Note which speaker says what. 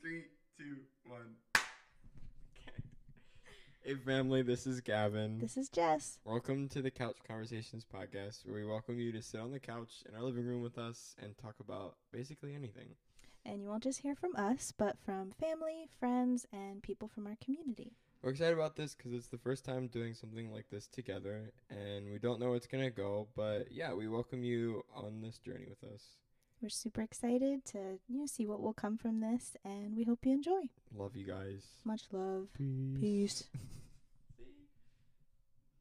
Speaker 1: Three, two, one.
Speaker 2: Hey, family, this is Gavin.
Speaker 3: This is Jess.
Speaker 2: welcome to the Couch Conversations podcast, where we welcome you to sit on the couch in our living room with us and talk about basically anything.
Speaker 3: And you won't just hear from us, but from family, friends, and people from our community.
Speaker 2: We're excited about this because it's the first time doing something like this together, and we don't know where it's going to go, but yeah, we welcome you on this journey with us.
Speaker 3: We're super excited to you know, see what will come from this, and we hope you enjoy.
Speaker 2: Love you guys.
Speaker 3: Much love. Peace.